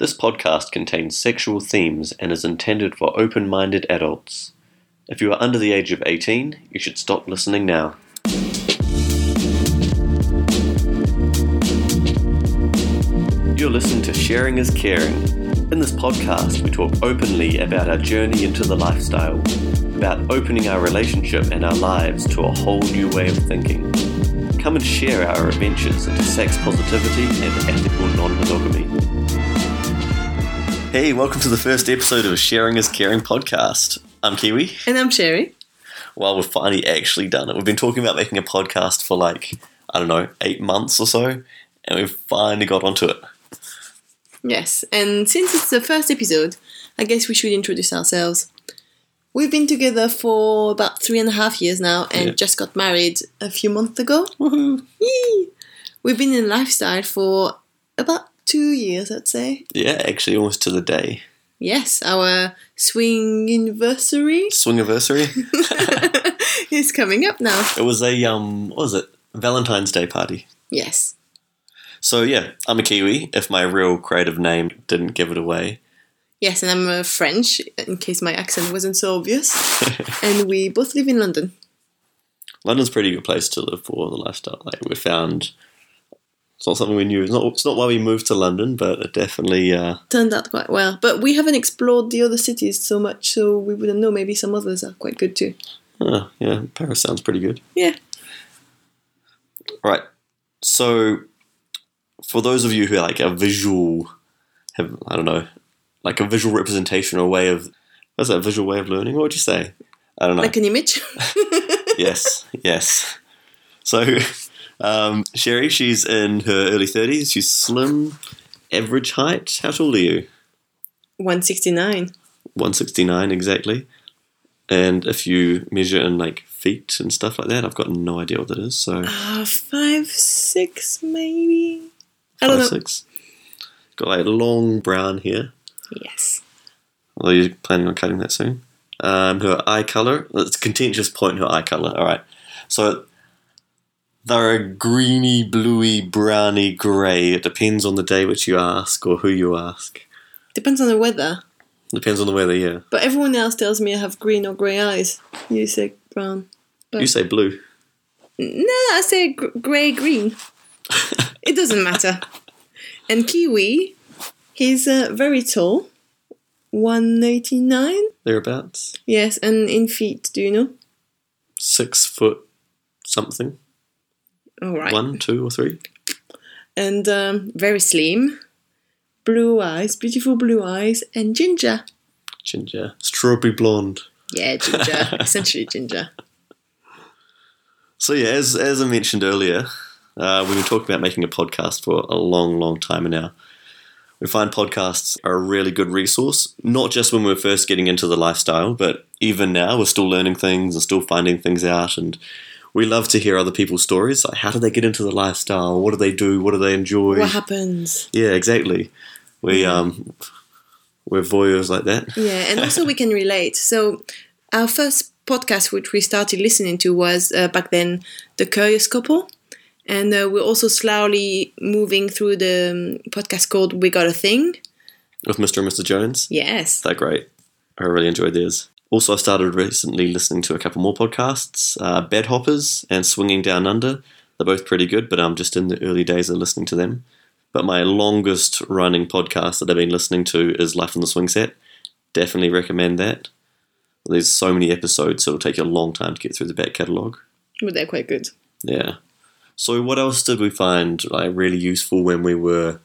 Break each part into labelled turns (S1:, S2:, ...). S1: This podcast contains sexual themes and is intended for open minded adults. If you are under the age of 18, you should stop listening now. You're listening to Sharing is Caring. In this podcast, we talk openly about our journey into the lifestyle, about opening our relationship and our lives to a whole new way of thinking. Come and share our adventures into sex positivity and ethical non monogamy. Hey, welcome to the first episode of Sharing is Caring podcast. I'm Kiwi.
S2: And I'm Sherry.
S1: Well, we've finally actually done it. We've been talking about making a podcast for like, I don't know, eight months or so, and we've finally got onto it.
S2: Yes, and since it's the first episode, I guess we should introduce ourselves. We've been together for about three and a half years now and
S1: Yeah.
S2: just got married a few months ago. Yee! We've been in lifestyle for about two years, I'd say.
S1: Yeah, actually, almost to the day.
S2: Yes, our swing anniversary
S1: Swing anniversary.
S2: is coming up now.
S1: it was a um, what was it? Valentine's Day party.
S2: Yes.
S1: So yeah, I'm a Kiwi. If my real creative name didn't give it away,
S2: Yes, and I'm uh, French, in case my accent wasn't so obvious. and we both live in London.
S1: London's a pretty good place to live for the lifestyle. Like we found, it's not something we knew. It's not. It's not why we moved to London, but it definitely. Uh,
S2: turned out quite well. But we haven't explored the other cities so much, so we wouldn't know. Maybe some others are quite good too.
S1: oh, yeah, Paris sounds pretty good.
S2: Yeah.
S1: Right. So, for those of you who like a visual, have I don't know, like a visual representation or way of, what's that? Visual way of learning? What would you say? I don't know.
S2: Like an image.
S1: yes, yes. So, um, Sherry, she's in her early thirties. She's slim, average height. How tall are you?
S2: 169.
S1: One sixty nine exactly. And if you measure in like feet and stuff like that, I've got no idea what that is. So.
S2: Uh, five, six, maybe? I
S1: five
S2: don't know.
S1: six. Got like long brown hair.
S2: Yes.
S1: Although you're planning on cutting that soon. Um, her eye color. It's a contentious point. Her eye color. All right. So they're a greeny, bluey, browny grey. It depends on the day which you ask or who you ask.
S2: Depends on the weather.
S1: Depends on the weather. Yeah.
S2: But everyone else tells me I have green or grey eyes. You say brown.
S1: You say blue.
S2: No, I say gr- grey green. it doesn't matter. And Kiwi, he's uh, very tall. 189?
S1: Thereabouts.
S2: Yes, and in feet, do you know?
S1: Six foot something.
S2: All right.
S1: One, two, or three.
S2: And um, very slim, blue eyes, beautiful blue eyes, and ginger.
S1: Ginger. Strawberry blonde.
S2: Yeah, ginger, essentially ginger.
S1: So yeah, as as I mentioned earlier, uh, we've been talking about making a podcast for a long, long time now. We find podcasts are a really good resource, not just when we're first getting into the lifestyle, but even now we're still learning things and still finding things out. And we love to hear other people's stories. Like, how did they get into the lifestyle? What do they do? What do they enjoy?
S2: What happens?
S1: Yeah, exactly. We um, we're voyeurs like that.
S2: Yeah, and also we can relate. So, our first podcast, which we started listening to, was uh, back then The Curious Couple. And uh, we're also slowly moving through the um, podcast called We Got a Thing.
S1: With Mr. and Mr. Jones.
S2: Yes.
S1: They're great. I really enjoyed theirs. Also, I started recently listening to a couple more podcasts, uh, Bed Hoppers and Swinging Down Under. They're both pretty good, but I'm just in the early days of listening to them. But my longest running podcast that I've been listening to is Life on the Swing Set. Definitely recommend that. There's so many episodes, so it'll take you a long time to get through the back catalogue.
S2: But they're quite good.
S1: Yeah. So what else did we find like really useful when we were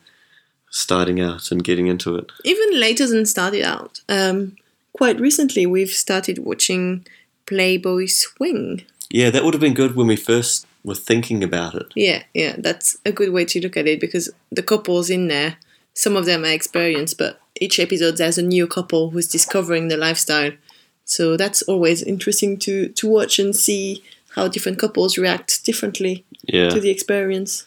S1: starting out and getting into it?
S2: even later than started out. Um, quite recently, we've started watching Playboy Swing.
S1: Yeah, that would have been good when we first were thinking about it.
S2: Yeah, yeah, that's a good way to look at it because the couples in there, some of them are experienced, but each episode there's a new couple who's discovering the lifestyle. So that's always interesting to, to watch and see how different couples react differently to
S1: Yeah.
S2: the experience.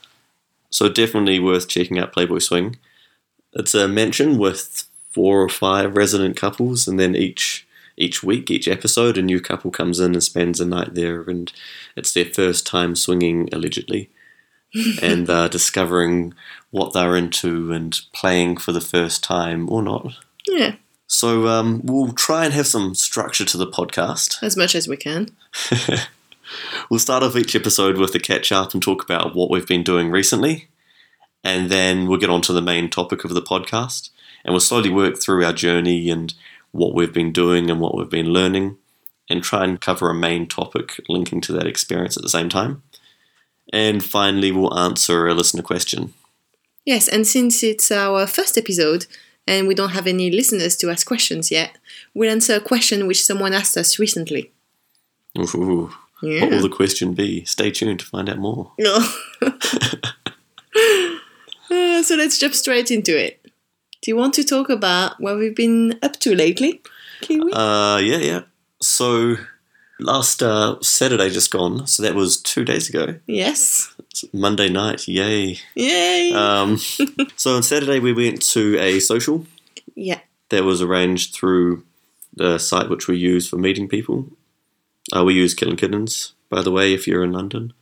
S1: So definitely worth checking out Playboy Swing. It's a mansion with four or five resident couples, and then each each week, each episode, a new couple comes in and spends a night there, and it's their first time swinging allegedly. and uh, discovering what they're into and playing for the first time or not.
S2: Yeah,
S1: So um, we'll try and have some structure to the podcast.
S2: as much as we can.
S1: We'll start off each episode with a catch up and talk about what we've been doing recently, and then we'll get on to the main topic of the podcast. And we'll slowly work through our journey and what we've been doing and what we've been learning, and try and cover a main topic linking to that experience at the same time. And finally, we'll answer a listener question.
S2: Yes, and since it's our first episode and we don't have any listeners to ask questions yet, we'll answer a question which someone asked us recently.
S1: Ooh,
S2: Yeah.
S1: What will the question be? Stay tuned to find out more.
S2: No. Uh, so let's jump straight into it. Do you want to talk about what we've been up to lately, Kiwi?
S1: Uh, yeah, yeah. So last uh, Saturday just gone. So that was two days ago.
S2: yes.
S1: It's Monday night, yay.
S2: Yay.
S1: Um, so on Saturday we went to a social
S2: yeah.
S1: that was arranged through the site which we use for meeting people. Uh, we use Killing Kittens, by the way, if you're in London.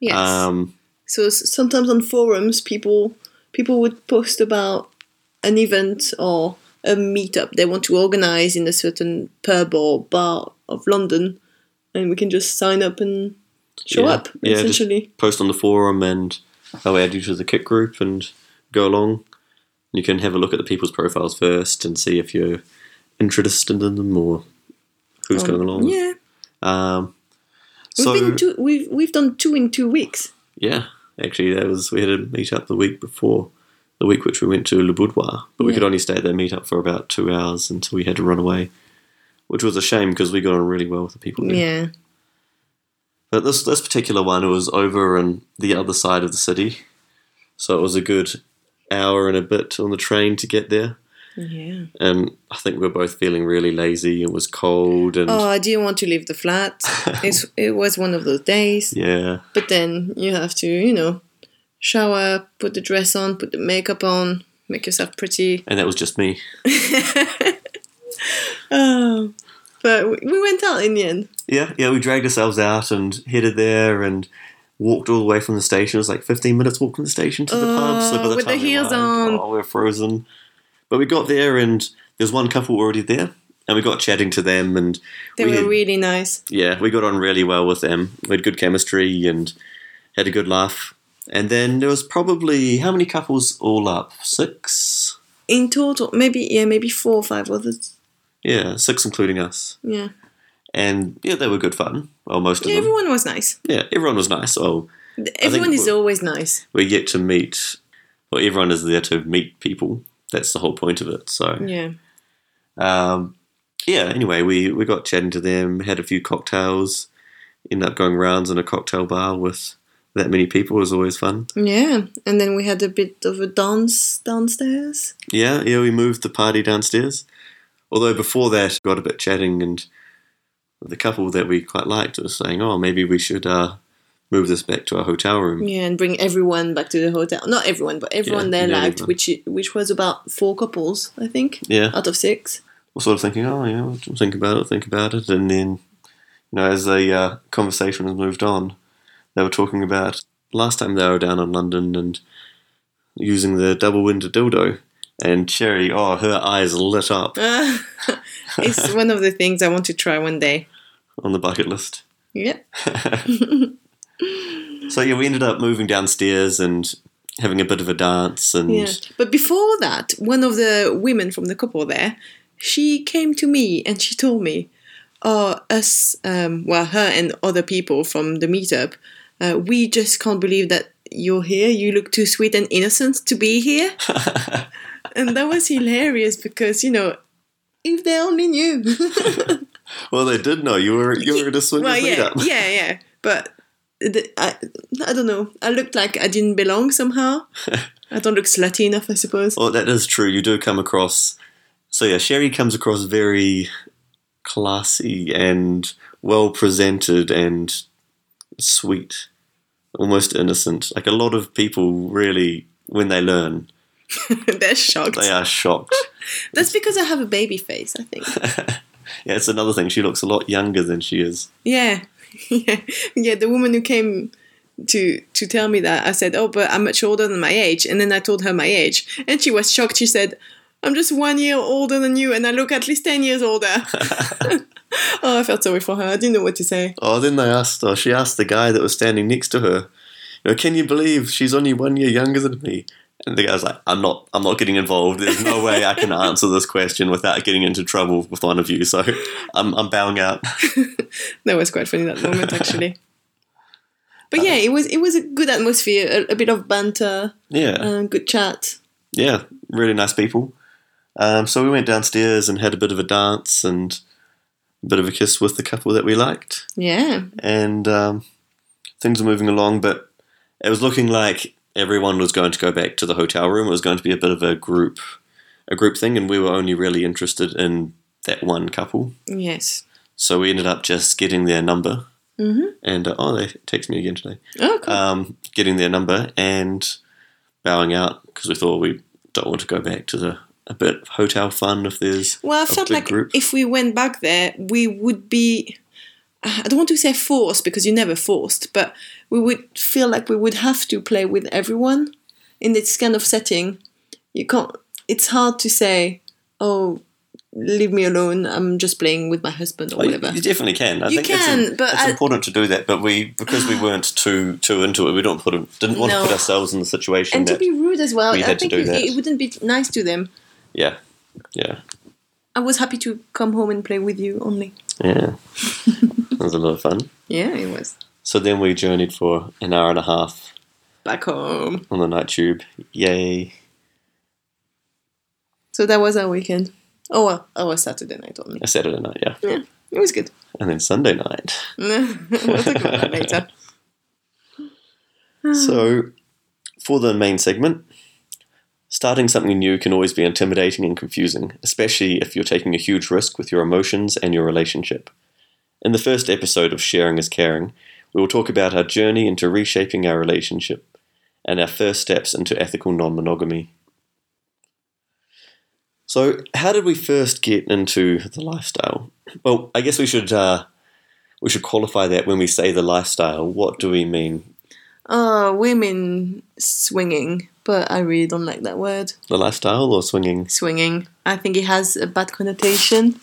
S2: Yes.
S1: Um,
S2: so s- sometimes on forums, people people would post about an event or a meetup they want to organize in a certain pub or bar of London, and we can just sign up and show
S1: Yeah.
S2: up
S1: Yeah, just-
S2: essentially.
S1: post on the forum and I'll add you to the kick group and go along. You can have a look at the people's profiles first and see if you're interested in them or who's going along.
S2: Oh, Yeah,
S1: Um,
S2: we've
S1: so
S2: been two, we've we've done two in two weeks.
S1: yeah, actually, that was we had a meetup the week before, the week which we went to Le Boudoir, but we could
S2: Yeah.
S1: only stay at that meetup for about two hours until we had to run away, which was a shame because we got on really well with the people. there.
S2: Yeah,
S1: But this this particular one was over on the other side of the city, so it was a good hour and a bit on the train to get there.
S2: yeah.
S1: And I think we were both feeling really lazy. It was cold and
S2: Oh, I didn't want to leave the flat. it's it was one of those days.
S1: yeah,
S2: But then you have to, you know, shower, put the dress on, put the makeup on, make yourself pretty.
S1: and that was just me.
S2: Oh, but we- we went out in the end.
S1: Yeah, yeah, we dragged ourselves out and headed there and walked all the way from the station. It was like 15 minutes walk from the station to the pub. So by the
S2: Oh, with the
S1: time we
S2: heels
S1: arrived,
S2: on.
S1: oh, we were frozen. But we got there and there was one couple already there. And we got chatting to them and
S2: They
S1: we
S2: were
S1: had-
S2: really nice.
S1: yeah, we got on really well with them. We had good chemistry and had a good laugh. And then there was probably, how many couples all up? Six?
S2: In total, maybe yeah, maybe four or five others.
S1: Yeah, six including us.
S2: Yeah,
S1: And yeah, they were good fun. Well, most of
S2: yeah
S1: them.
S2: everyone was nice.
S1: yeah, everyone was nice. Oh,
S2: Everyone is
S1: we-
S2: always nice.
S1: we get to meet well everyone is there to meet people that's the whole point of it so
S2: Yeah.
S1: um, yeah anyway we, we got chatting to them had a few cocktails ended up going rounds in a cocktail bar with that many people It was always fun
S2: Yeah. And then we had a bit of a dance downstairs.
S1: yeah yeah we moved the party downstairs although before that got a bit chatting and the couple that we quite liked was saying oh maybe we should uh, move this back to our hotel room
S2: Yeah, and bring everyone back to the hotel. Not everyone, but everyone
S1: Yeah,
S2: they
S1: not
S2: liked,
S1: everyone.
S2: which which was about four couples, I think,
S1: yeah
S2: out of six.
S1: were sort of thinking, oh, yeah, we'll think about it, think about it. And then, you know, as the uh, conversation has moved on, they were talking about last time they were down in London and using the double winded dildo. And Cherry, oh, her eyes lit up
S2: Uh. it's one of the things I want to try one day.
S1: on the bucket list.
S2: Yeah.
S1: So, yeah, we ended up moving downstairs and having a bit of a dance. And
S2: Yeah. But before that, one of the women from the couple there, she came to me and she told me, "Oh, us, um, well, her and other people from the meetup, uh, we just can't believe that you're here. You look too sweet and innocent to be here." and that was hilarious because you know, if they only knew.
S1: well, they did know you were you were at a swingers
S2: well, yeah,
S1: meetup.
S2: yeah, yeah, but. The, I, I don't know. I looked like I didn't belong somehow. I don't look slutty enough, I suppose.
S1: Well, Oh, that is true. You do come across. So yeah, Sherry comes across very classy and well presented and sweet, almost innocent. Like a lot of people, really, when they learn,
S2: They're shocked.
S1: they are shocked.
S2: That's because I have a baby face, I think.
S1: yeah, it's another thing. She looks a lot younger than she is.
S2: yeah. yeah. Yeah, the woman who came to to tell me that. I said, "Oh, but I'm much older than my age." And then I told her my age, and she was shocked. She said, "I'm just one year older than you, and I look at least ten years older." oh, I felt sorry for her. I didn't know what to say.
S1: Oh, then they asked, or she asked the guy that was standing next to her, you know, can you believe she's only one year younger than me? And the guy's like, I'm not, I'm not getting involved. There's no way I can answer this question without getting into trouble with one of you. So I'm, I'm bowing out.
S2: That was quite funny that moment actually. But yeah, it was it was a good atmosphere, a, a bit of banter,
S1: Yeah.
S2: um, good chat.
S1: yeah, really nice people. Um, so we went downstairs and had a bit of a dance and a bit of a kiss with the couple that we liked,
S2: Yeah,
S1: and um, things were moving along. But it was looking like everyone was going to go back to the hotel room. It was going to be a bit of a group, a group thing, and we were only really interested in that one couple.
S2: yes.
S1: So we ended up just getting their number,
S2: Mhm.
S1: and uh, oh, they text me again today
S2: Oh, cool.
S1: um, getting their number and bowing out because we thought we don't want to go back to the a bit of hotel fun if there's
S2: Well, I
S1: a
S2: felt
S1: big
S2: like
S1: group.
S2: if we went back there, we would be. I don't want to say forced because you're never forced, but we would feel like we would have to play with everyone in this kind of setting. You can't. It's hard to say, "Oh, leave me alone. I'm just playing with my husband or
S1: Well, you,
S2: whatever."
S1: you definitely can. I
S2: You
S1: think it's,
S2: can,
S1: im-
S2: but
S1: it's
S2: I-
S1: important to do that. But we because we weren't too too into it, we don't put didn't want
S2: No.
S1: to put ourselves in the situation
S2: and to
S1: that
S2: be rude as well,
S1: we
S2: I
S1: had to
S2: think
S1: do
S2: it,
S1: that.
S2: it wouldn't be nice to them.
S1: yeah yeah
S2: I was happy to come home and play with you only.
S1: yeah. that was a lot of fun.
S2: Yeah, it was
S1: So then we journeyed for an hour and a half
S2: back home.
S1: on the night tube. Yay!
S2: So that was our weekend. Oh well, our Saturday night only.
S1: A Saturday night, yeah,
S2: Yeah, it was good.
S1: and then Sunday night.
S2: we'll talk about that later.
S1: So, for the main segment, starting something new can always be intimidating and confusing, especially if you're taking a huge risk with your emotions and your relationship. In the first episode of Sharing is Caring, we will talk about our journey into reshaping our relationship and our first steps into ethical non monogamy. So, how did we first get into the lifestyle? Well, I guess we should uh, we should qualify that when we say the lifestyle. What do we mean
S2: Oh, women swinging, but I really don't like that word.
S1: the lifestyle or swinging.
S2: Swinging. I think it has a bad connotation.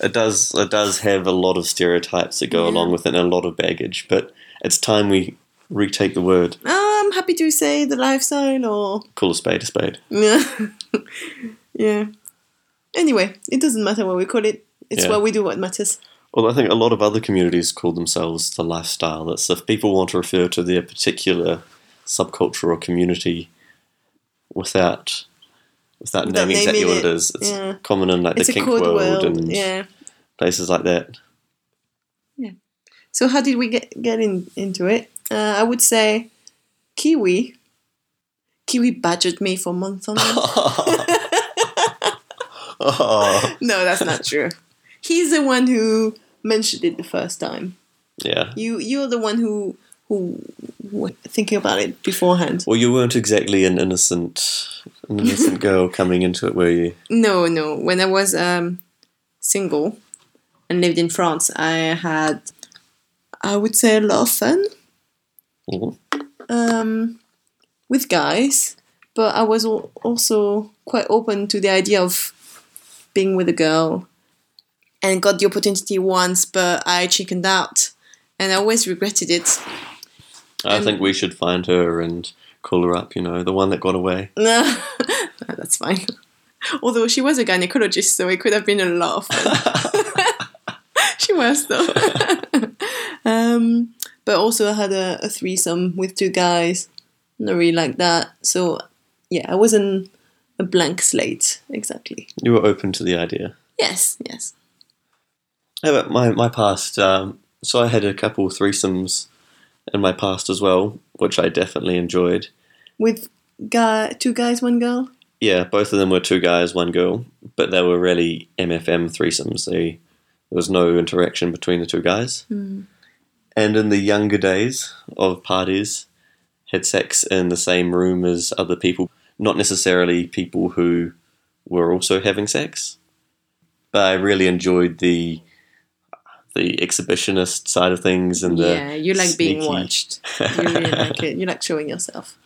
S1: It does it does have a lot of stereotypes that go
S2: Yeah.
S1: along with it and a lot of baggage, but it's time we retake the word,
S2: Oh, I'm happy to say the lifestyle or.
S1: call a spade a spade.
S2: Yeah. yeah. Anyway, it doesn't matter what we call it, it's
S1: Yeah.
S2: what we do what matters.
S1: Although I think a lot of other communities call themselves the lifestyle. That's if people want to refer to their particular subculture or community without without,
S2: Without
S1: naming exactly
S2: naming
S1: what it
S2: it,
S1: is. It's
S2: yeah.
S1: common in like
S2: It's
S1: the
S2: a
S1: kink
S2: code
S1: world,
S2: world.
S1: and
S2: Yeah.
S1: places like that.
S2: So, how did we get, get in, into it? Uh, I would say Kiwi. Kiwi badgered me for months on end.
S1: Oh,
S2: No, that's not true. He's the one who mentioned it the first time.
S1: yeah.
S2: You you're the one who who were thinking about it beforehand.
S1: Well, you weren't exactly an innocent, an innocent girl coming into it, were you?
S2: No, no. When I was um, single and lived in France, I had I would say a lot of fun um, with guys, but I was al- also quite open to the idea of being with a girl and got the opportunity once, but I chickened out and I always regretted it.
S1: I think we should find her and call her up. You know, the one that got away.
S2: No, that's fine. Although she was a gynecologist, so it could have been a lot of fun. she was though. um, but also I had a, a threesome with two guys. Not really like that. So yeah, I wasn't a blank slate exactly.
S1: You were open to the idea.
S2: Yes, yes.
S1: Yeah, but my my past. Um, so I had a couple threesomes in my past as well, which I definitely enjoyed.
S2: With guy, two guys, one girl.
S1: Yeah, both of them were two guys, one girl, but they were really MFM threesomes. They there was no interaction between the two guys. And in the younger days of parties, had sex in the same room as other people, not necessarily people who were also having sex. But I really enjoyed the the exhibitionist side of things and the
S2: yeah, you like being
S1: sneaky-
S2: watched. You really like it. You like showing yourself,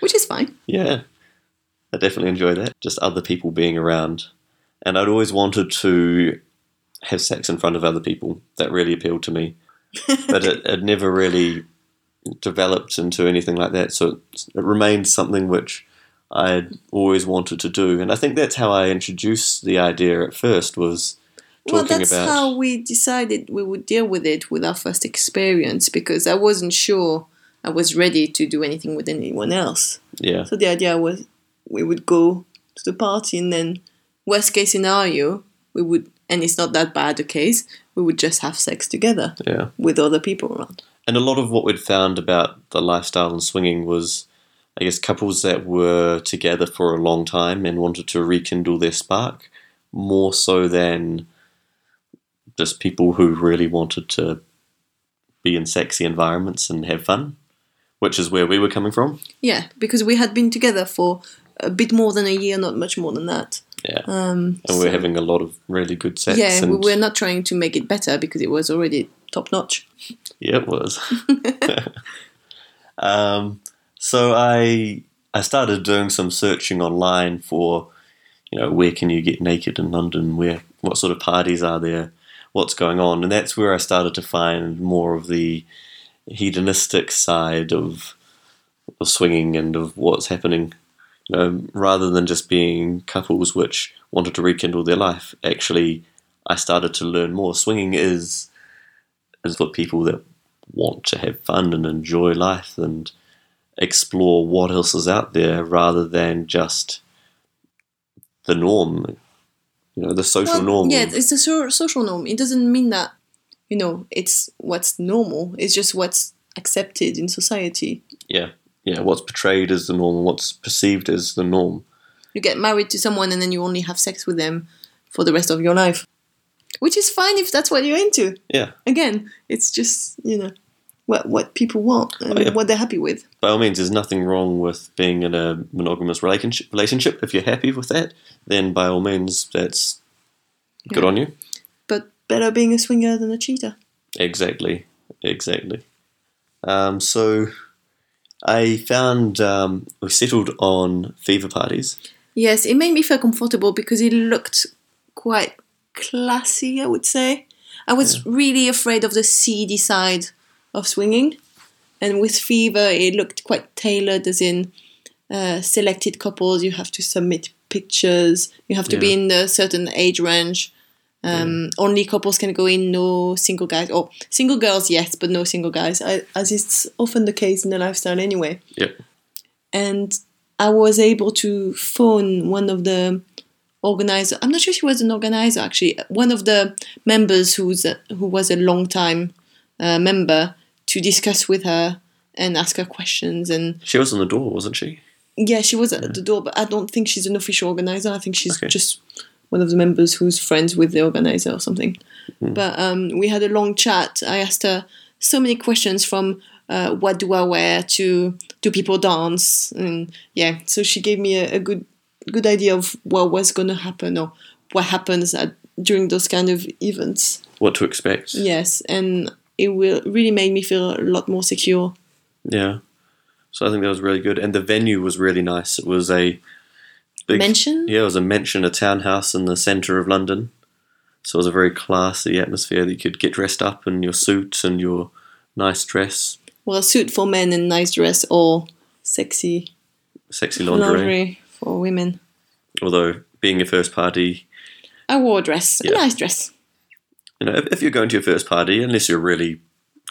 S2: which is fine.
S1: yeah, I definitely enjoy that. Just other people being around, and I'd always wanted to have sex in front of other people. That really appealed to me, but it, it never really developed into anything like that. So it, it remained something which I would always wanted to do, and I think that's how I introduced the idea at first was
S2: well,
S1: talking
S2: that's
S1: about
S2: how we decided we would deal with it with our first experience because I wasn't sure I was ready to do anything with anyone else.
S1: yeah,
S2: So the idea was we would go to the party and then worst case scenario we would and it's not that bad a case we would just have sex together
S1: yeah.
S2: with other people around.
S1: and a lot of what we'd found about the lifestyle and swinging was i guess couples that were together for a long time and wanted to rekindle their spark more so than just people who really wanted to be in sexy environments and have fun which is where we were coming from
S2: Yeah, because we had been together for a bit more than a year, not much more than that.
S1: yeah
S2: Um,
S1: and we were having a lot of really good sex
S2: yeah,
S1: and
S2: we were not trying to make it better because it was already top notch.
S1: Yeah, it was. um, so I I started doing some searching online for, you know, where can you get naked in London? Where what sort of parties are there? What's going on? And that's where I started to find more of the hedonistic side of, of swinging and of what's happening. You know, rather than just being couples which wanted to rekindle their life, actually, I started to learn more. Swinging is is for people that want to have fun and enjoy life and explore what else is out there rather than just the norm, you know, the social
S2: Well,
S1: norm.
S2: Yeah,
S1: of-
S2: it's the so- social norm. It doesn't mean that, you know, it's what's normal. It's just what's accepted in society.
S1: yeah, yeah. What's portrayed as the norm, what's perceived as the norm.
S2: You get married to someone and then you only have sex with them for the rest of your life, which is fine if that's what you're into.
S1: Yeah,
S2: Again, it's just you know what what people want and
S1: Oh, yeah.
S2: what they're happy with.
S1: by all means, there's nothing wrong with being in a monogamous relationship. Relationship, if you're happy with that, then by all means, that's good
S2: Yeah.
S1: on you.
S2: But better being a swinger than a cheater.
S1: Exactly, exactly. Um, so I found um, we settled on fever parties.
S2: Yes, it made me feel comfortable because it looked quite classy, I would say. I was really afraid of the seedy side of swinging. And with Fever, it looked quite tailored, as in uh, selected couples, you have to submit pictures, you have to be
S1: Yeah.
S2: in a certain age range. Um, Only couples can go in, no single guys, or single girls, yes, but no single guys, I, as it's often the case in the lifestyle anyway
S1: Yep.
S2: and I was able to phone one of the organizer. I'm not sure she was an organizer actually. One of the members who's a, who was a long time uh, member to discuss with her and ask her questions. And
S1: She was on the door, wasn't she?
S2: yeah, she was at the door, but I don't think she's an official organizer. I think she's
S1: Okay.
S2: just one of the members who's friends with the organizer or something. But um, we had a long chat. I asked her so many questions from uh, what do I wear to do people dance and yeah. So she gave me a, a good good idea of what was going to happen or what happens at, during those kind of events.
S1: What to expect?
S2: Yes, and it will really made me feel a lot more secure.
S1: Yeah. So I think that was really good, and the venue was really nice. It was a big,
S2: Mansion?
S1: Yeah, it was a mansion, a townhouse in the centre of London. So it was a very classy atmosphere that you could get dressed up in your suit and your nice dress,
S2: Well, suit for men and nice dress or sexy
S1: sexy laundry.
S2: laundry for women.
S1: Although being your first party,
S2: I wore a dress, a
S1: Yeah.
S2: nice dress.
S1: you know, if, if you're going to your first party, unless you're really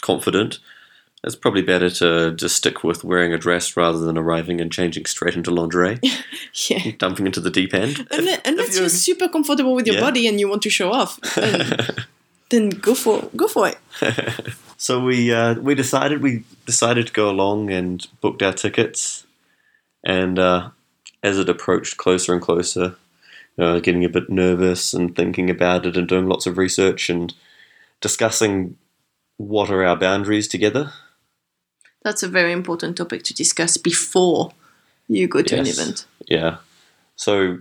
S1: confident, it's probably better to just stick with wearing a dress rather than arriving and changing straight into lingerie,
S2: Yeah.
S1: dumping into the deep end.
S2: Unless, unless you're
S1: you're-
S2: super comfortable with your
S1: Yeah.
S2: body and you want to show off, then, then go for go for it.
S1: So we uh, we decided we decided to go along and booked our tickets, and uh, as it approached closer and closer, you know, getting a bit nervous and thinking about it and doing lots of research and discussing what are our boundaries together.
S2: That's a very important topic to discuss before you go to
S1: Yes.
S2: an event.
S1: Yeah. So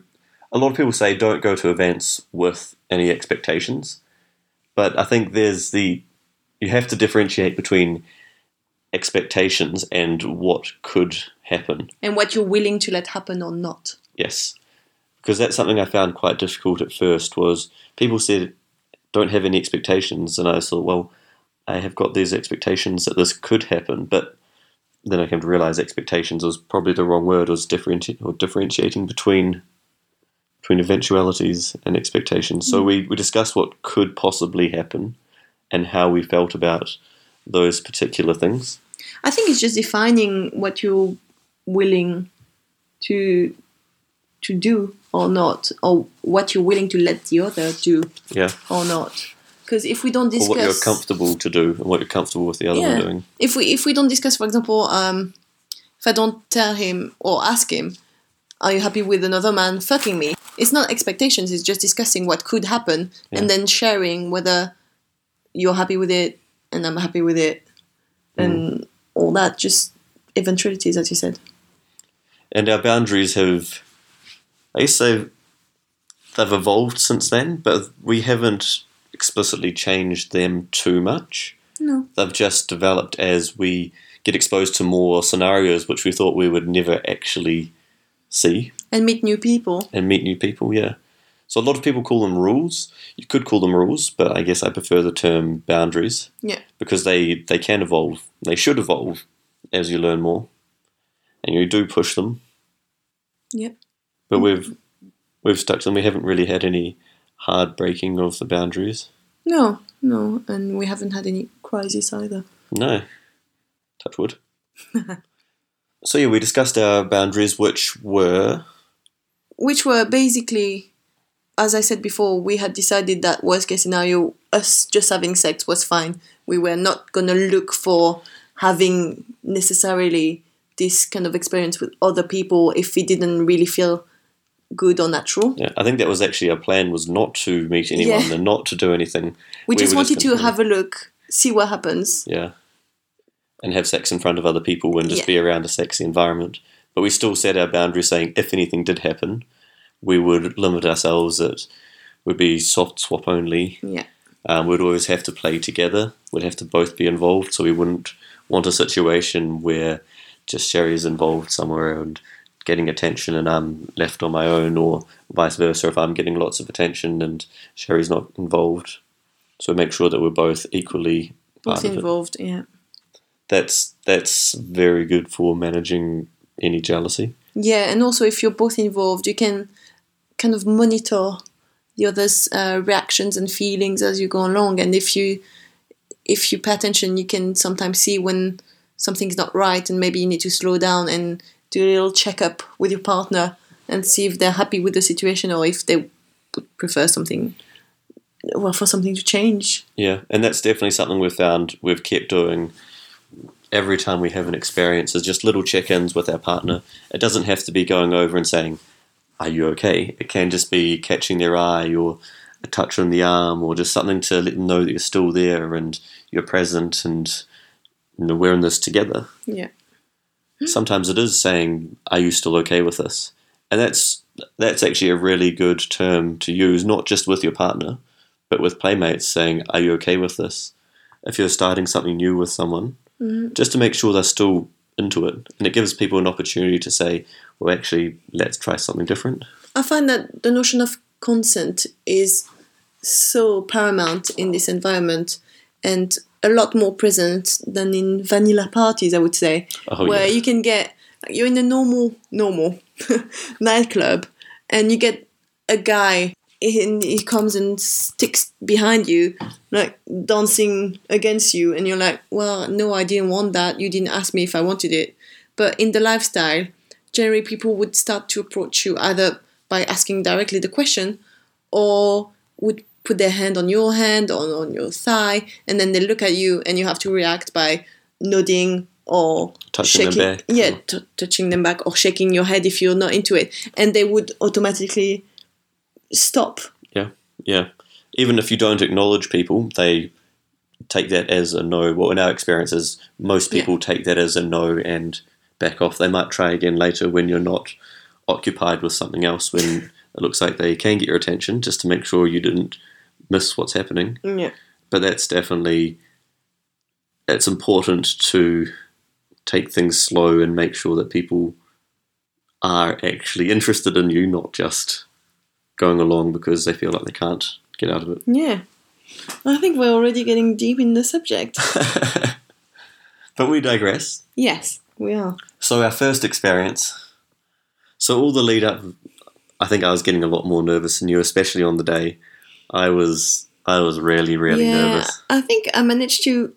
S1: a lot of people say don't go to events with any expectations. But I think there's the you have to differentiate between expectations and what could happen.
S2: and what you're willing to let happen or not.
S1: Yes. Because that's something I found quite difficult at first was people said don't have any expectations and I thought, well, I have got these expectations that this could happen, but then I came to realise expectations was probably the wrong word, it was differenti- or differentiating between between eventualities and expectations. So we, we discussed what could possibly happen and how we felt about those particular things.
S2: I think it's just defining what you're willing to to do or not, or what you're willing to let the other do
S1: Yeah.
S2: or not. Because if we don't
S1: Or what you're
S2: discuss,
S1: comfortable to do and what you're comfortable with the other one
S2: Yeah.
S1: doing.
S2: if we if we don't discuss, for example, um, if I don't tell him or ask him, are you happy with another man fucking me? It's not expectations. It's just discussing what could happen and then sharing whether you're happy with it and I'm happy with it
S1: Mm.
S2: and all that. Just eventualities, as you said.
S1: and our boundaries have I guess they've they've evolved since then, but we haven't explicitly changed them too much.
S2: No.
S1: They've just developed as we get exposed to more scenarios which we thought we would never actually see
S2: and meet new people.
S1: and meet new people, yeah. So a lot of people call them rules. You could call them rules, but I guess I prefer the term boundaries
S2: Yeah.
S1: because they, they can evolve. They should evolve as you learn more. And you do push them
S2: Yep. Mm.
S1: but we've we've stuck to them. We haven't really had any hard breaking of the boundaries.
S2: No, no, and we haven't had any crisis either.
S1: No, touch wood. so yeah, we discussed our boundaries, which were
S2: Which were basically, as I said before, we had decided that worst case scenario, us just having sex was fine. We were not gonna look for having necessarily this kind of experience with other people if we didn't really feel good or natural.
S1: yeah, I think that was actually our plan was not to meet anyone
S2: Yeah.
S1: and not to do anything.
S2: We, just
S1: were
S2: wanted to
S1: gonna-
S2: have a look, see what happens.
S1: yeah, and have sex in front of other people and just
S2: Yeah.
S1: be around a sexy environment. But we still set our boundaries, saying if anything did happen, we would limit ourselves. It would be soft swap only.
S2: Yeah.
S1: Um, we'd always have to play together. We'd have to both be involved, so we wouldn't want a situation where just Sherry's involved somewhere and getting attention and I'm left on my own, or vice versa, if I'm getting lots of attention and Sherry's not involved. So we make sure that we're both equally part
S2: Both
S1: of it.
S2: involved, yeah.
S1: That's that's very good for managing any jealousy.
S2: Yeah, and also if you're both involved, you can kind of monitor the other's uh, reactions and feelings as you go along. And if you if you pay attention, you can sometimes see when something's not right, and maybe you need to slow down and do a little checkup with your partner and see if they're happy with the situation or if they would prefer something well for something to change.
S1: Yeah, and that's definitely something we've found we've kept doing every time we have an experience is just little check ins with our partner. It doesn't have to be going over and saying, Are you okay? It can just be catching their eye or a touch on the arm or just something to let them know that you're still there and you're present and you know, we're in this together
S2: Yeah.
S1: sometimes it is saying, "Are you still okay with this?" And that's that's actually a really good term to use, not just with your partner, but with playmates. Saying, "Are you okay with this?" If you're starting something new with someone, just to make sure they're still into it, and it gives people an opportunity to say, "Well, actually, let's try something different."
S2: I find that the notion of consent is so paramount in this environment and a lot more present than in vanilla parties, I would say,
S1: Oh,
S2: where
S1: yeah.
S2: you can get, you're in a normal, normal nightclub and you get a guy and he comes and sticks behind you, like dancing against you, and you're like, well, no, I didn't want that. You didn't ask me if I wanted it. But in the lifestyle, generally people would start to approach you either by asking directly the question or would put their hand on your hand or on your thigh and then they look at you and you have to react by nodding or
S1: Touching them
S2: shaking
S1: back.
S2: yeah t- touching them back or shaking your head if you're not into it and they would automatically stop
S1: Yeah, yeah. Even if you don't acknowledge people, they take that as a no. Well, in our experiences, most people take that as a no and back off. They might try again later when you're not occupied with something else, when it looks like they can get your attention, just to make sure you didn't miss what's happening.
S2: yeah
S1: but that's definitely it's important to take things slow and make sure that people are actually interested in you, not just going along because they feel like they can't get out of it.
S2: Yeah. I think we're already getting deep in the subject.
S1: But we digress.
S2: yes, we are.
S1: So our first experience. So all the lead up, I think I was getting a lot more nervous than you, especially on the day. I was I was really really nervous.
S2: I think I managed to.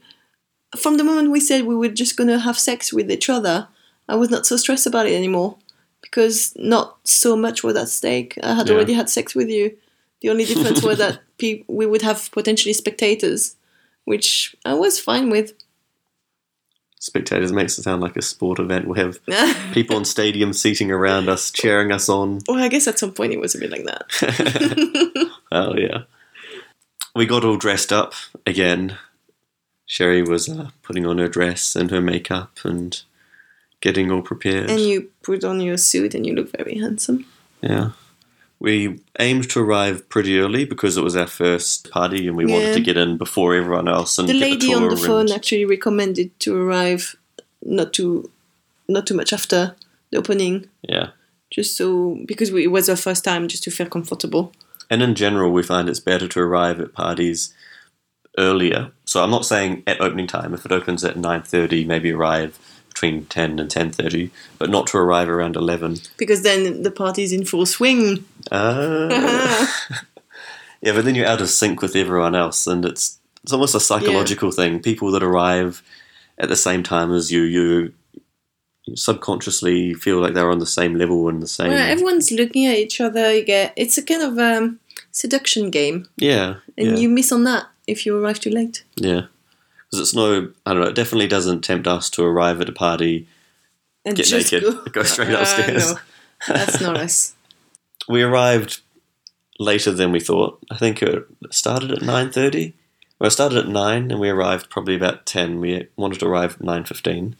S2: From the moment we said we were just gonna have sex with each other, I was not so stressed about it anymore because not so much was at stake. I had
S1: Yeah.
S2: already had sex with you. The only difference was that pe- we would have potentially spectators, which I was fine with.
S1: Spectators makes it sound like a sport event. We have people on stadium seating around us, cheering us on.
S2: well, I guess at some point it was a bit like that.
S1: oh yeah. We got all dressed up again. Sherry was uh, putting on her dress and her makeup and getting all prepared.
S2: And you put on your suit and you look very handsome.
S1: Yeah. We aimed to arrive pretty early because it was our first party and we wanted
S2: Yeah.
S1: to get in before everyone else and
S2: The
S1: get
S2: lady
S1: the tour
S2: on the phone
S1: and-
S2: actually recommended to arrive not too not too much after the opening
S1: Yeah.
S2: just so because we, it was our first time just to feel comfortable
S1: And in general, we find it's better to arrive at parties earlier. So I'm not saying at opening time. If it opens at 9.30, maybe arrive between 10 and 10.30, but not to arrive around 11.
S2: because then the party's in full swing
S1: Ah. yeah, but then you're out of sync with everyone else, and it's it's almost a psychological thing. People that arrive at the same time as you, you subconsciously feel like they're on the same level and the same.
S2: well, everyone's looking at each other you get it's a kind of um, seduction game
S1: yeah,
S2: and
S1: yeah,
S2: you miss on that if you arrive too late
S1: yeah. Because it's no, I don't know. It definitely doesn't tempt us to arrive at a party,
S2: and
S1: get
S2: just
S1: naked,
S2: go,
S1: go, straight
S2: Uh,
S1: upstairs.
S2: no, that's not us
S1: We arrived later than we thought. I think it started at nine thirty. Well, it started at nine, and we arrived probably about ten. We wanted to arrive at nine fifteen,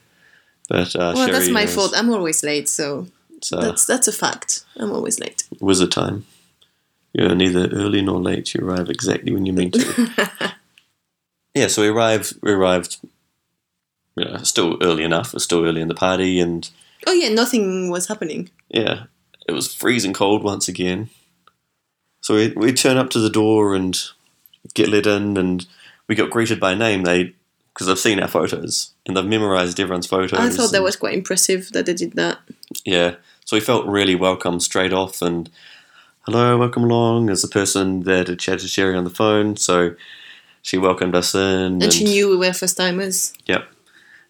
S1: but uh,
S2: well
S1: Sherry
S2: that's my
S1: was-
S2: fault i'm always late so
S1: So
S2: that's that's a fact i'm always late
S1: wizard time. You're neither early nor late. You arrive exactly when you mean to. yeah, so we arrived. We arrived. You know, still early enough. It's still early in the party, and
S2: oh yeah nothing was happening
S1: yeah, it was freezing cold once again. So we we turn up to the door and get let in, and we got greeted by name. They because they've seen our photos and they've memorized everyone's photos.
S2: i thought that
S1: and-
S2: was quite impressive that they did that
S1: yeah. So we felt really welcome straight off and hello, welcome along as the person that had chatted to Sherry on the phone. So she welcomed us in and,
S2: and she knew we were first timers
S1: Yep.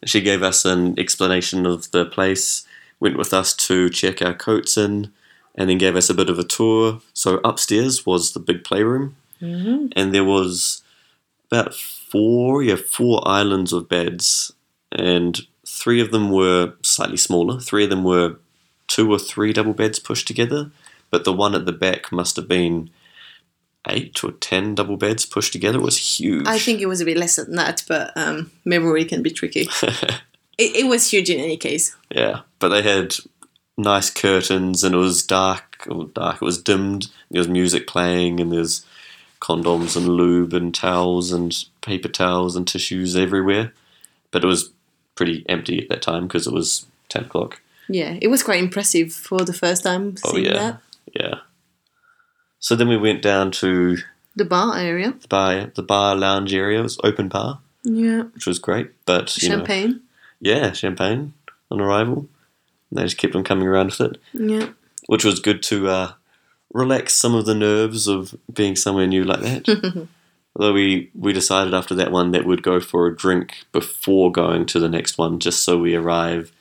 S1: She gave us an explanation of the place, went with us to check our coats in, and then gave us a bit of a tour. So upstairs was the big playroom, mm-hmm. and there was about four, yeah, four islands of beds, and three of them were slightly smaller. Three of them were two or three double beds pushed together, but the one at the back must have been eight or ten double beds pushed together. It was huge.
S2: I think it was a bit less than that, but um, memory can be tricky. it, it was huge in any case.
S1: Yeah, but they had nice curtains and it was dark. Or dark. It was dimmed. There was music playing and there's condoms and lube and towels and paper towels and tissues everywhere. But it was pretty empty at that time because it was ten o'clock.
S2: Yeah, it was quite impressive for the first time
S1: Oh
S2: seeing
S1: yeah,
S2: that.
S1: yeah. So then we went down to
S2: The bar area.
S1: the bar, the bar lounge area. It was open bar,
S2: Yeah.
S1: which was great. But you know,
S2: Champagne.
S1: yeah, champagne on arrival. And they just kept on coming around with it.
S2: Yeah.
S1: which was good to uh, relax some of the nerves of being somewhere new like that. Although we, we decided after that one that we'd go for a drink before going to the next one, just so we arrive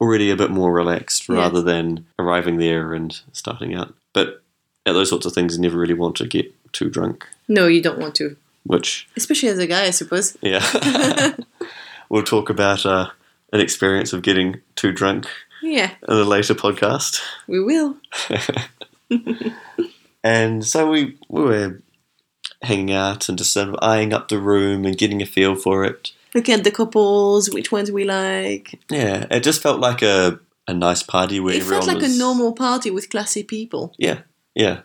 S1: already a bit more relaxed
S2: Yeah.
S1: rather than arriving there and starting out. But yeah, those sorts of things, you never really want to get too drunk,
S2: No, you don't want to.
S1: which,
S2: Especially as a guy, I suppose.
S1: yeah. we'll talk about uh, an experience of getting too drunk
S2: Yeah,
S1: in a later podcast.
S2: we will.
S1: And so we, we were hanging out and just sort of eyeing up the room and getting a feel for it.
S2: Looking at the couples, which ones we like.
S1: Yeah, it just felt like a, a nice party where
S2: It
S1: everyone
S2: felt like
S1: was,
S2: a normal party with classy people.
S1: Yeah, yeah.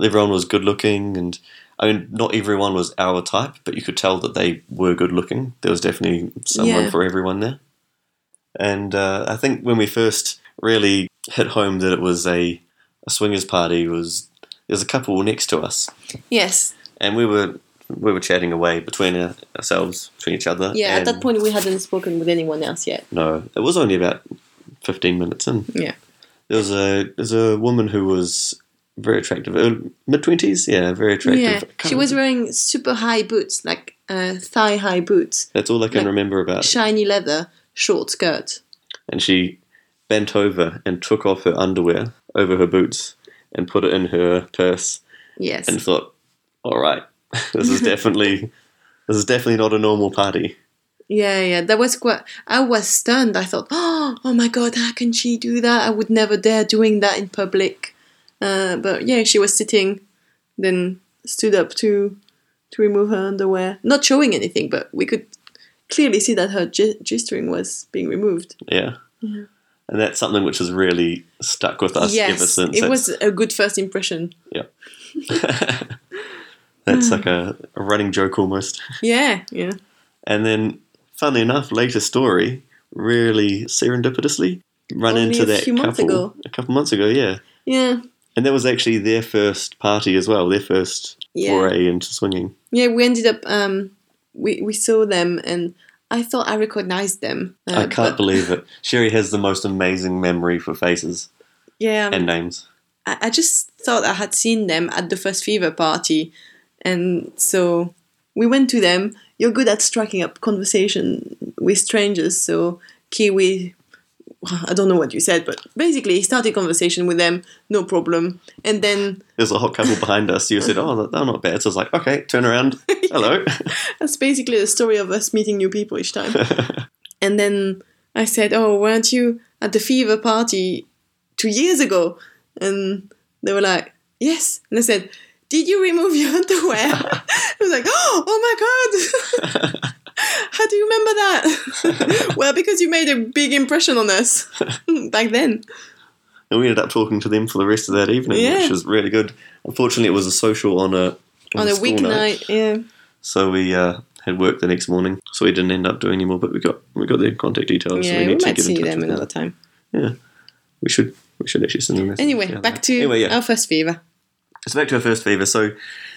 S1: Everyone was good looking, and I mean, not everyone was our type, but you could tell that they were good looking. There was definitely someone
S2: Yeah.
S1: for everyone there. And uh, I think when we first really hit home that it was a, a swingers party was there's a couple next to us,
S2: Yes.
S1: and we were we were chatting away between our, ourselves, between each other.
S2: Yeah, at
S1: and-
S2: that point we hadn't spoken with anyone else yet.
S1: No, it was only about fifteen minutes in.
S2: Yeah.
S1: There was a there's a woman who was very attractive, mid twenties. Yeah, very attractive. I
S2: Yeah.
S1: can't
S2: She was
S1: remember-
S2: wearing super high boots, like uh, thigh high boots,
S1: That's all I can
S2: like-
S1: remember about.
S2: shiny leather, short skirt.
S1: and she bent over and took off her underwear over her boots and put it in her purse
S2: Yes.
S1: and thought, "All right, this is definitely this is definitely not a normal party."
S2: Yeah, yeah, that was quite. I was stunned. I thought, oh, oh my god, how can she do that? I would never dare doing that in public. Uh, but yeah, she was sitting, then stood up to to remove her underwear, not showing anything, but we could clearly see that her g- g-string was being removed.
S1: Yeah.
S2: Yeah.
S1: And that's something which has really stuck with us
S2: yes,
S1: ever since.
S2: it
S1: That's-
S2: was a good first impression.
S1: That's like a, a running joke almost.
S2: Yeah, yeah,
S1: And then, funnily enough, later story, really serendipitously, run
S2: Only
S1: into
S2: a
S1: that
S2: few months
S1: couple
S2: ago.
S1: a couple months ago, yeah.
S2: yeah,
S1: And that was actually their first party as well, their first
S2: yeah.
S1: foray into swinging.
S2: Yeah, we ended up. Um, we we saw them, and I thought I recognized them. Uh,
S1: I can't
S2: but-
S1: believe it. Sherry has the most amazing memory for faces
S2: Yeah,
S1: and names.
S2: I, I just thought I had seen them at the first fever party, and so we went to them. You're good at striking up conversation with strangers, so Kiwi. I don't know what you said, but basically, he started conversation with them, no problem. And then
S1: There's a hot couple behind us. You said, "Oh, they're not bad." So I was like, "Okay, turn around. Hello."
S2: that's basically the story of us meeting new people each time. And then I said, Oh, weren't you at the fever party two years ago? And they were like, Yes. And I said, Did you remove your underwear? I was like, Oh, oh my God. How do you remember that? well, because you made a big impression on us back then.
S1: and we ended up talking to them for the rest of that evening,
S2: Yeah.
S1: which was really good. Unfortunately, it was a social on a
S2: On a
S1: school
S2: weeknight, yeah.
S1: so we uh, had work the next morning, so we didn't end up doing any more. But we got we got their contact details. so
S2: Yeah,
S1: we
S2: we,
S1: need to
S2: might
S1: get
S2: see
S1: in touch
S2: them
S1: with
S2: another time.
S1: We should we should actually send them. a message.
S2: Anyway,
S1: Yeah,
S2: back to
S1: anyway, yeah.
S2: our first fever.
S1: So back to our first fever. So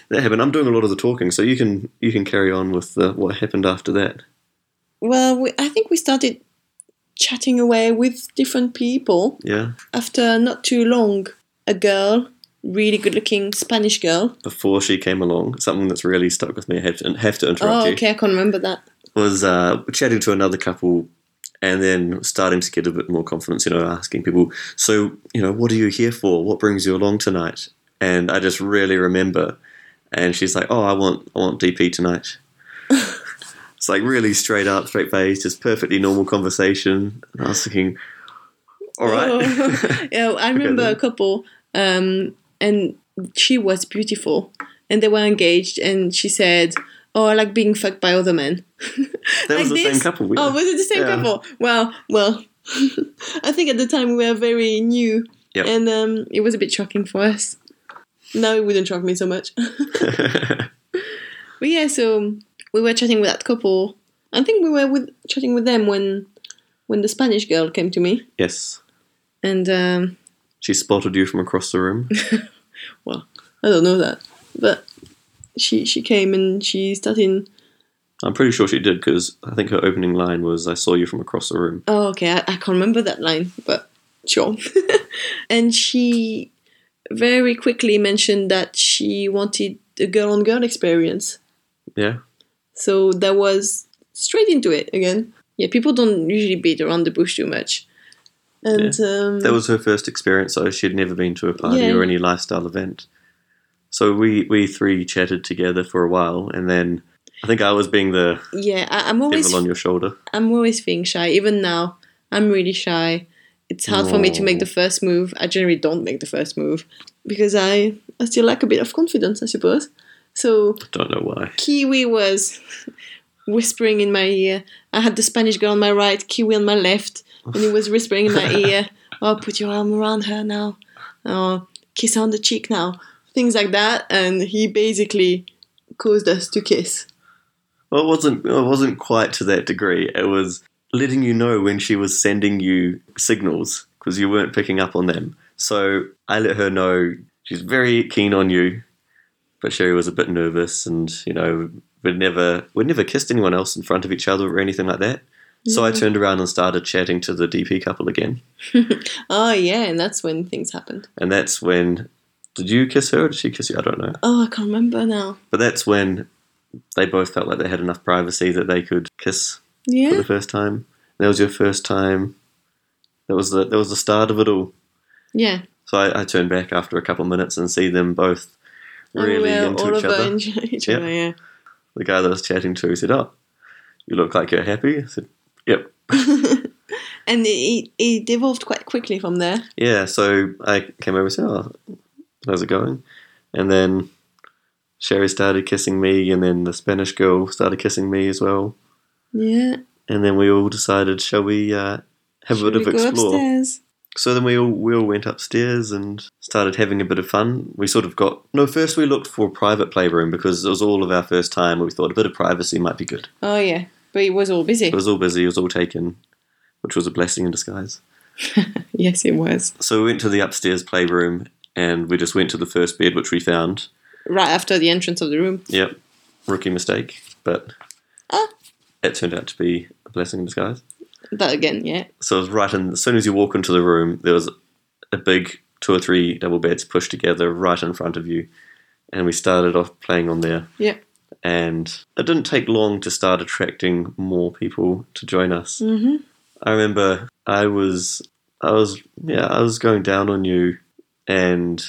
S1: that happened. I'm doing a lot of the talking, so you can you can carry on with the, what happened after that.
S2: Well, we, I think we started chatting away with different people.
S1: Yeah,
S2: after not too long, a girl, really good looking Spanish girl.
S1: before she came along, something that's really stuck with me. I have to, have to interrupt
S2: Oh,
S1: you.
S2: okay, I can't remember that.
S1: Was uh, chatting to another couple, and then starting to get a bit more confidence. You know, asking people, so you know, what are you here for? What brings you along tonight? And I just really remember, and she's like, oh, I want I want DP tonight. It's like really straight up, straight face, just perfectly normal conversation. And I was thinking, all right.
S2: Oh. yeah, I remember
S1: then.
S2: a couple, um, and she was beautiful, and they were engaged, and she said, "Oh, I like being fucked by other men."
S1: That was the
S2: Like
S1: same
S2: this?
S1: couple. yeah.
S2: Oh, was it the same
S1: Yeah.
S2: couple? Well, well, I think at the time we were very new,
S1: Yep.
S2: and um, it was a bit shocking for us. Now it wouldn't shock me so much. But yeah, so we were chatting with that couple. I think we were with chatting with them when when the Spanish girl came to me,
S1: yes.
S2: and um,
S1: She spotted you from across the room.
S2: I don't know that, but she she came and she started.
S1: I'm pretty sure she did because I think her opening line was, I saw you from across the room.
S2: Oh, okay, I, I can't remember that line, but sure. and she very quickly mentioned that she wanted a girl on girl experience.
S1: Yeah.
S2: So that was straight into it again. Yeah, people don't usually beat around the bush too much. And um,
S1: That was her first experience, so she had never been to a party
S2: Yeah.
S1: or any lifestyle event. So we, we three chatted together for a while, and then I think I was being the
S2: yeah, I, I'm always
S1: devil on your shoulder.
S2: I'm always being shy. Even now, I'm really shy. It's hard for me to make the first move. I generally don't make the first move because I, I still lack a bit of confidence, I suppose. So
S1: Don't know why.
S2: Kiwi was whispering in my ear. I had the Spanish girl on my right, Kiwi on my left, and he was whispering in my ear, "Oh, put your arm around her now. Oh, kiss her on the cheek now." Things like that, and he basically caused us to kiss.
S1: Well, it wasn't it wasn't quite to that degree. It was letting you know when she was sending you signals because you weren't picking up on them. So I let her know she's very keen on you, but Sherry was a bit nervous, and you know we'd never we'd never kissed anyone else in front of each other or anything like that. So I turned around and started chatting to the DP couple again,
S2: Oh yeah, and that's when things happened.
S1: and that's when did you kiss her or did she kiss you? I don't know.
S2: Oh, I can't remember now.
S1: But that's when they both felt like they had enough privacy that they could kiss for
S2: Yeah,
S1: the first time. That was your first time. That was the that was the start of it all.
S2: yeah.
S1: So I, I turned back after a couple of minutes and see them both really
S2: And
S1: into
S2: Oh, all
S1: each
S2: of
S1: other.
S2: our enjoy each
S1: Yep.
S2: other. Yeah.
S1: the guy that I was chatting to said, "Oh, you look like you're happy." I said, "Yep,
S2: And it, it it evolved quite quickly from there.
S1: yeah." So I came over and said, "Oh, how's it going?" And then Sherry started kissing me, and then the Spanish girl started kissing me as well.
S2: Yeah.
S1: And then we all decided, shall we uh, have
S2: Should
S1: a bit
S2: we
S1: of explore?
S2: Go upstairs?
S1: So then we all we all went upstairs and started having a bit of fun. We sort of got no. First, we looked for a private playroom because it was all of our first time. We thought a bit of privacy might be good.
S2: Oh yeah, but it was all busy.
S1: It was all busy. It was all taken, which was a blessing in disguise.
S2: yes, it was.
S1: So we went to the upstairs playroom and we just went to the first bed which we found.
S2: Right after the entrance of the room.
S1: Yep, rookie mistake, but
S2: Ah.
S1: it turned out to be a blessing in disguise.
S2: That again, yeah.
S1: So it was right in. As soon as you walk into the room, there was a big two or three double beds pushed together right in front of you, and we started off playing on there.
S2: Yeah.
S1: And it didn't take long to start attracting more people to join us.
S2: Mm-hmm.
S1: I remember I was, I was, yeah, I was going down on you, and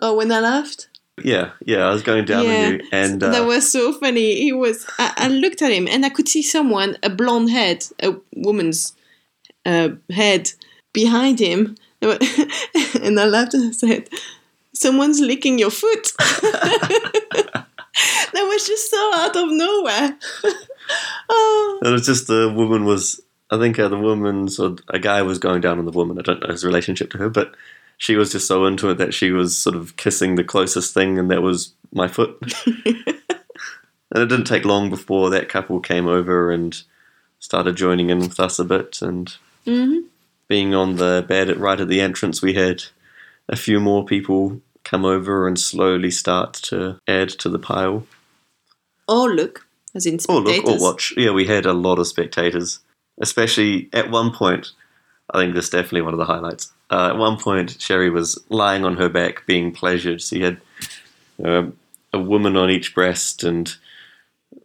S2: Oh, when I left?
S1: yeah, yeah, I was going down
S2: Yeah,
S1: on you, and uh,
S2: that was so funny. He was. I, I looked at him and I could see someone, a blonde head, a woman's uh, head, behind him. And I laughed and I said, Someone's licking your foot. that was just so out of nowhere. oh,
S1: it was just the woman was, I think uh, the woman's or a guy was going down on the woman. I don't know his relationship to her, but she was just so into it that she was sort of kissing the closest thing, and that was my foot. and it didn't take long before that couple came over and started joining in with us a bit, and
S2: hmm
S1: being on the bed at, right at the entrance, we had a few more people come over and slowly start to add to the pile.
S2: oh look, as in
S1: Or Oh, look,
S2: spectators.
S1: or watch. Yeah, we had a lot of spectators, especially at one point. I think this is definitely one of the highlights. Uh, at one point, Sherry was lying on her back, being pleasured. She had uh, a woman on each breast and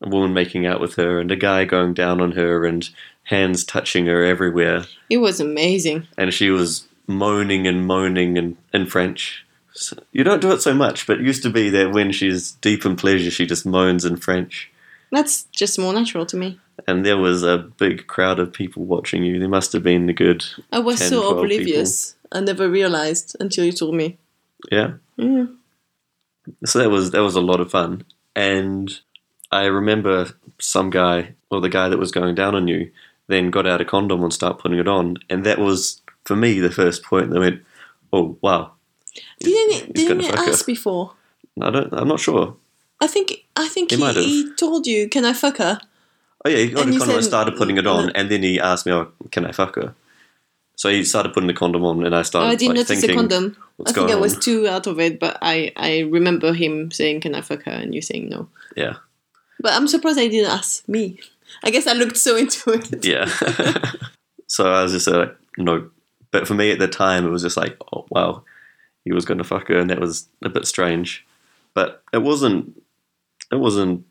S1: a woman making out with her, and a guy going down on her, and hands touching her everywhere.
S2: It was amazing.
S1: and she was moaning and moaning and in French. So, you don't do it so much, but it used to be that when she's deep in pleasure, she just moans in French.
S2: That's just more natural to me.
S1: And there was a big crowd of people watching you. There must have been a good,
S2: I was
S1: 10,
S2: so
S1: 12
S2: oblivious. I never realized until you told me. Mm.
S1: yeah.
S2: Yeah.
S1: So that was that was a lot of fun. And I remember some guy, well, the guy that was going down on you, then got out a condom and started putting it on. And that was for me the first point that went, oh wow.
S2: Didn't he,
S1: He's
S2: didn't
S1: gonna
S2: he
S1: fuck her.
S2: ask before?
S1: I don't. I'm not sure.
S2: I think I think
S1: He
S2: he,
S1: might have.
S2: he told you, "Can I fuck her?"
S1: Oh yeah, he got
S2: And
S1: a
S2: you
S1: condom and
S2: said-
S1: started putting it on,
S2: No.
S1: and then he asked me, "Oh, can I fuck her?" So he started putting the condom on, and I started
S2: Oh, I didn't
S1: like,
S2: notice
S1: thinking,
S2: a condom.
S1: "What's
S2: I think
S1: going
S2: I was
S1: on?"
S2: too out of it, but I I remember him saying, "Can I fuck her?" and you saying no.
S1: Yeah,
S2: But I'm surprised they didn't ask me. I guess I looked so into it.
S1: yeah. so I was just uh, like, "No," but for me at the time, it was just like, "Oh wow, he was going to fuck her," and that was a bit strange. But it wasn't. It wasn't,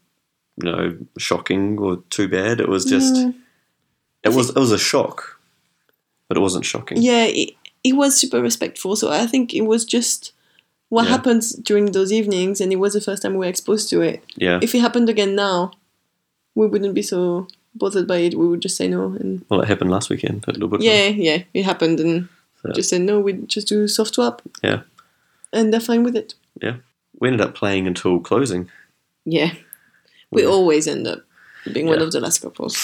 S1: you know, shocking or too bad. It was just.
S2: Yeah.
S1: It was. It was a shock, but it wasn't shocking.
S2: yeah, it, it was super respectful. So I think it was just what
S1: Yeah.
S2: happens during those evenings, and it was the first time we were exposed to it.
S1: yeah.
S2: If it happened again now, we wouldn't be so bothered by it. We would just say no and
S1: Well, it happened last weekend at Lubbock.
S2: yeah, yeah, it happened, and
S1: So-
S2: just said no. We just do soft swap.
S1: Yeah.
S2: and they're fine with it.
S1: We ended up playing until closing.
S2: Yeah, we
S1: Yeah.
S2: always end up being one
S1: Yeah.
S2: of the last couples.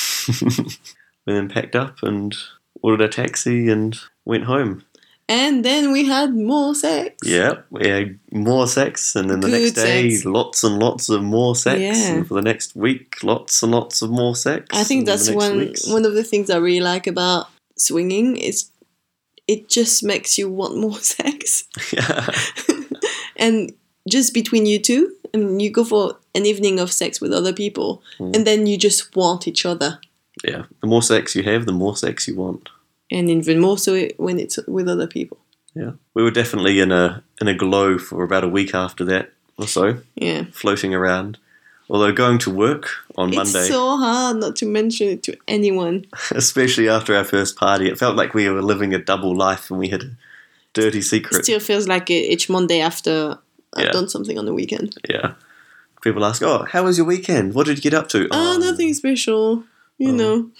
S1: we then packed up and ordered a taxi and went home.
S2: And then we had more sex.
S1: Yeah, we had more sex, and then the
S2: Good
S1: next day,
S2: sex.
S1: lots and lots of more sex,
S2: Yeah.
S1: and for the next week, lots and lots of more sex.
S2: I think
S1: and the
S2: that's
S1: next
S2: one
S1: weeks.
S2: one of the things I really like about swinging is it just makes you want more sex.
S1: yeah,
S2: and just between you two, I mean, you go for an evening of sex with other people,
S1: Mm.
S2: and then you just want each other,
S1: yeah. The more sex you have, the more sex you want.
S2: and even more so when it's with other people.
S1: Yeah, we were definitely in a in a glow for about a week after that or so,
S2: Yeah,
S1: floating around. Although going to work on Monday,
S2: it's so hard not to mention it to anyone.
S1: especially after our first party, it felt like we were living a double life, and we had a dirty
S2: It
S1: secret.
S2: still feels like it each Monday after I've
S1: Yeah.
S2: done something on the weekend.
S1: Yeah. People ask, "Oh, how was your weekend? What did you get up to?"
S2: Oh, nothing special, you
S1: Oh.
S2: know.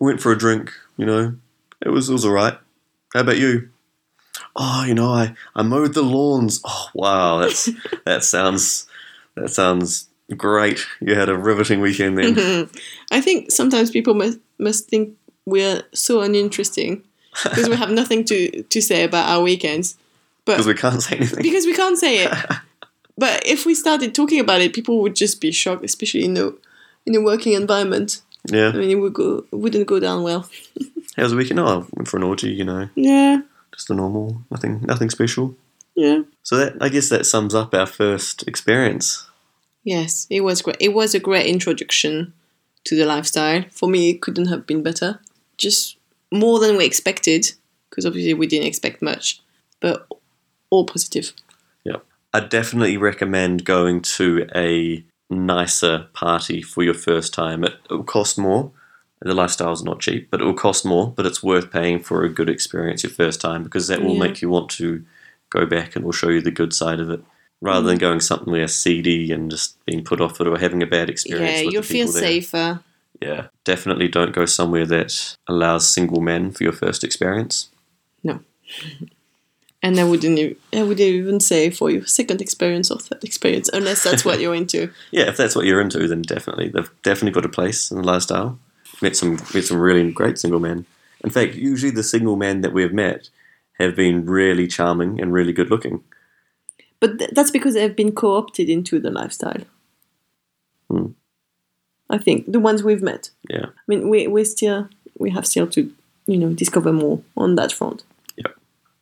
S1: went for a drink, you know. It was it was alright. How about you? Oh, you know, I, I mowed the lawns. Oh wow, that's that sounds that sounds great. You had a riveting weekend then.
S2: Mm-hmm. I think sometimes people must must think we're so uninteresting because we have nothing to to say about our weekends,
S1: Because
S2: but
S1: we can't say anything.
S2: because we can't say it. But if we started talking about it, people would just be shocked, especially in the in a working environment. I
S1: Yeah.
S2: mean, it would go it wouldn't go down well.
S1: How was the weekend? Oh, I went for an orgy, you know.
S2: Yeah,
S1: Just a normal nothing nothing special.
S2: yeah.
S1: So that I guess that sums up our first experience.
S2: Yes, it was great. It was a great introduction to the lifestyle. For me, it couldn't have been better. Just more than we expected, because obviously we didn't expect much, but all positive.
S1: I definitely recommend going to a nicer party for your first time. It, it will cost more. The lifestyle's not cheap, but it will cost more. But it's worth paying for a good experience your first time because that will
S2: Yeah.
S1: make you want to go back and will show you the good side of it rather
S2: Mm.
S1: than going somewhere seedy and just being put off it or having a bad experience.
S2: Yeah,
S1: with
S2: you'll
S1: the
S2: feel
S1: people there.
S2: safer.
S1: Yeah, definitely don't go somewhere that allows single men for your first experience.
S2: And I wouldn't, e- I wouldn't even say for your second experience or third experience, unless that's what you're into.
S1: yeah, if that's what you're into, then definitely they've definitely got a place in the lifestyle. Met some met some really great single men. In fact, usually the single men that we've met have been really charming and really good looking.
S2: But th- that's because they've been co opted into the lifestyle.
S1: Hmm.
S2: I think the ones we've met.
S1: Yeah,
S2: I mean, we we still we have still to you know discover more on that front.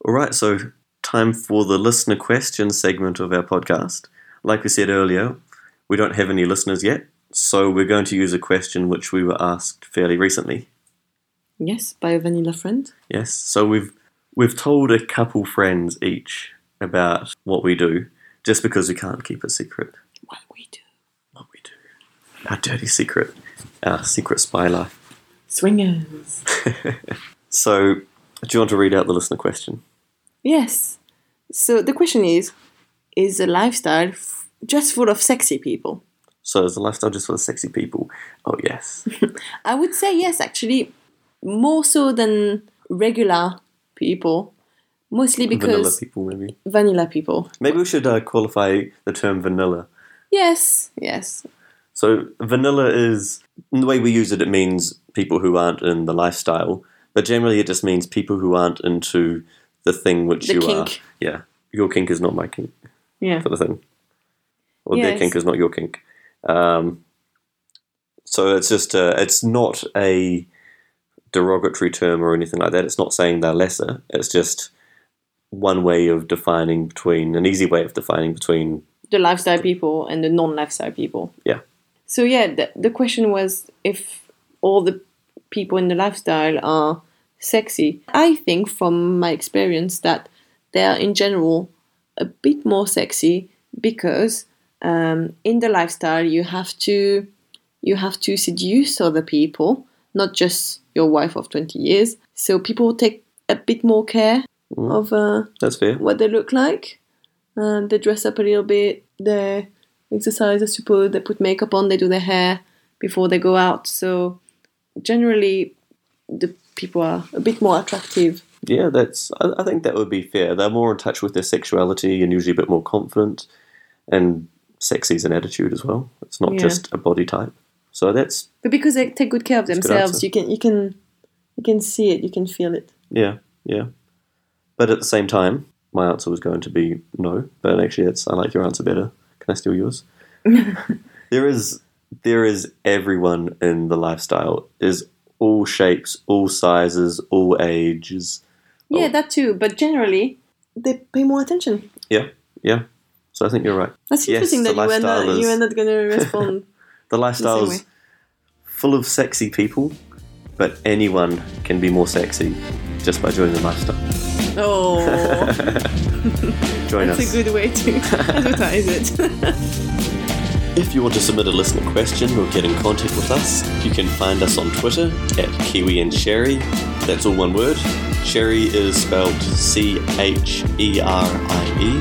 S1: All right, so time for the listener question segment of our podcast. Like we said earlier, we don't have any listeners yet, so we're going to use a question which we were asked fairly recently.
S2: Yes, by a vanilla friend.
S1: Yes. So we've we've told a couple friends each about what we do, just because we can't keep a secret.
S2: What we do?
S1: What Oh, we do. Our dirty secret. Our secret spy life.
S2: Swingers.
S1: So do you want to read out the listener question?
S2: yes. So the question is: Is a lifestyle f- just full of sexy people?
S1: So is the lifestyle just for the sexy people? Oh yes.
S2: I would say yes, actually, more so than regular people, mostly
S1: vanilla
S2: because
S1: people maybe.
S2: vanilla people.
S1: Maybe we should uh, qualify the term vanilla.
S2: Yes, yes,
S1: So vanilla is in the way we use it. It means people who aren't in the lifestyle, but generally it just means people who aren't into the thing which
S2: The
S1: you are.
S2: kink.
S1: Yeah, your kink is not my kink
S2: yeah.
S1: sort of thing, or their
S2: Yes.
S1: kink is not your kink. Um, so it's just uh, it's not a derogatory term or anything like that. It's not saying they're lesser. It's just one way of defining between an easy way of defining between
S2: the lifestyle people and the non-lifestyle people.
S1: Yeah.
S2: So yeah, the, the question was if all the people in the lifestyle are sexy. I think from my experience that they are in general a bit more sexy because um, in the lifestyle you have to you have to seduce other people, not just your wife of twenty years. So people take a bit more care
S1: Mm.
S2: of. Uh,
S1: that's fair.
S2: what they look like. Um, they dress up a little bit. They exercise, I suppose. They put makeup on. They do their hair before they go out. So generally, the people are a bit more attractive.
S1: Yeah, that's. I, I think that would be fair. They're more in touch with their sexuality and usually a bit more confident, and sexy is an attitude as well. It's not
S2: Yeah.
S1: just a body type. So that's
S2: But because they take good care of
S1: That's a good
S2: themselves,
S1: answer.
S2: you can you can you can see it. You can feel it.
S1: yeah, yeah. But at the same time, my answer was going to be no. But actually, it's I like your answer better. Can I steal yours? there is there is everyone in the lifestyle. There's all shapes, all sizes, all ages.
S2: Yeah, that too. But generally, they pay more attention.
S1: Yeah, yeah. So I think you're right.
S2: That's
S1: Yes,
S2: interesting
S1: the
S2: that you are
S1: lifestyle
S2: not
S1: is-
S2: you are not gonna respond.
S1: The lifestyle
S2: The
S1: is
S2: same
S1: full of sexy people, but anyone can be more sexy just by joining the lifestyle.
S2: oh,
S1: Join
S2: that's
S1: us.
S2: a good way to advertise it.
S1: If you want to submit a listener question or get in contact with us, you can find us on Twitter at Kiwi and Sherry. That's all one word. Sherry is spelled C H E R I E.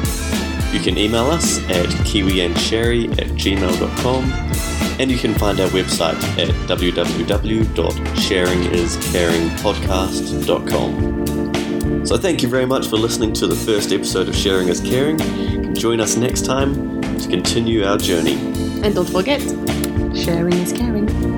S1: You can email us at kiwiandsherry at gmail.com and you can find our website at www.sharingiscaringpodcast.com. So thank you very much for listening to the first episode of Sharing is Caring. You can join us next time to continue our journey.
S2: and don't forget, sharing is caring.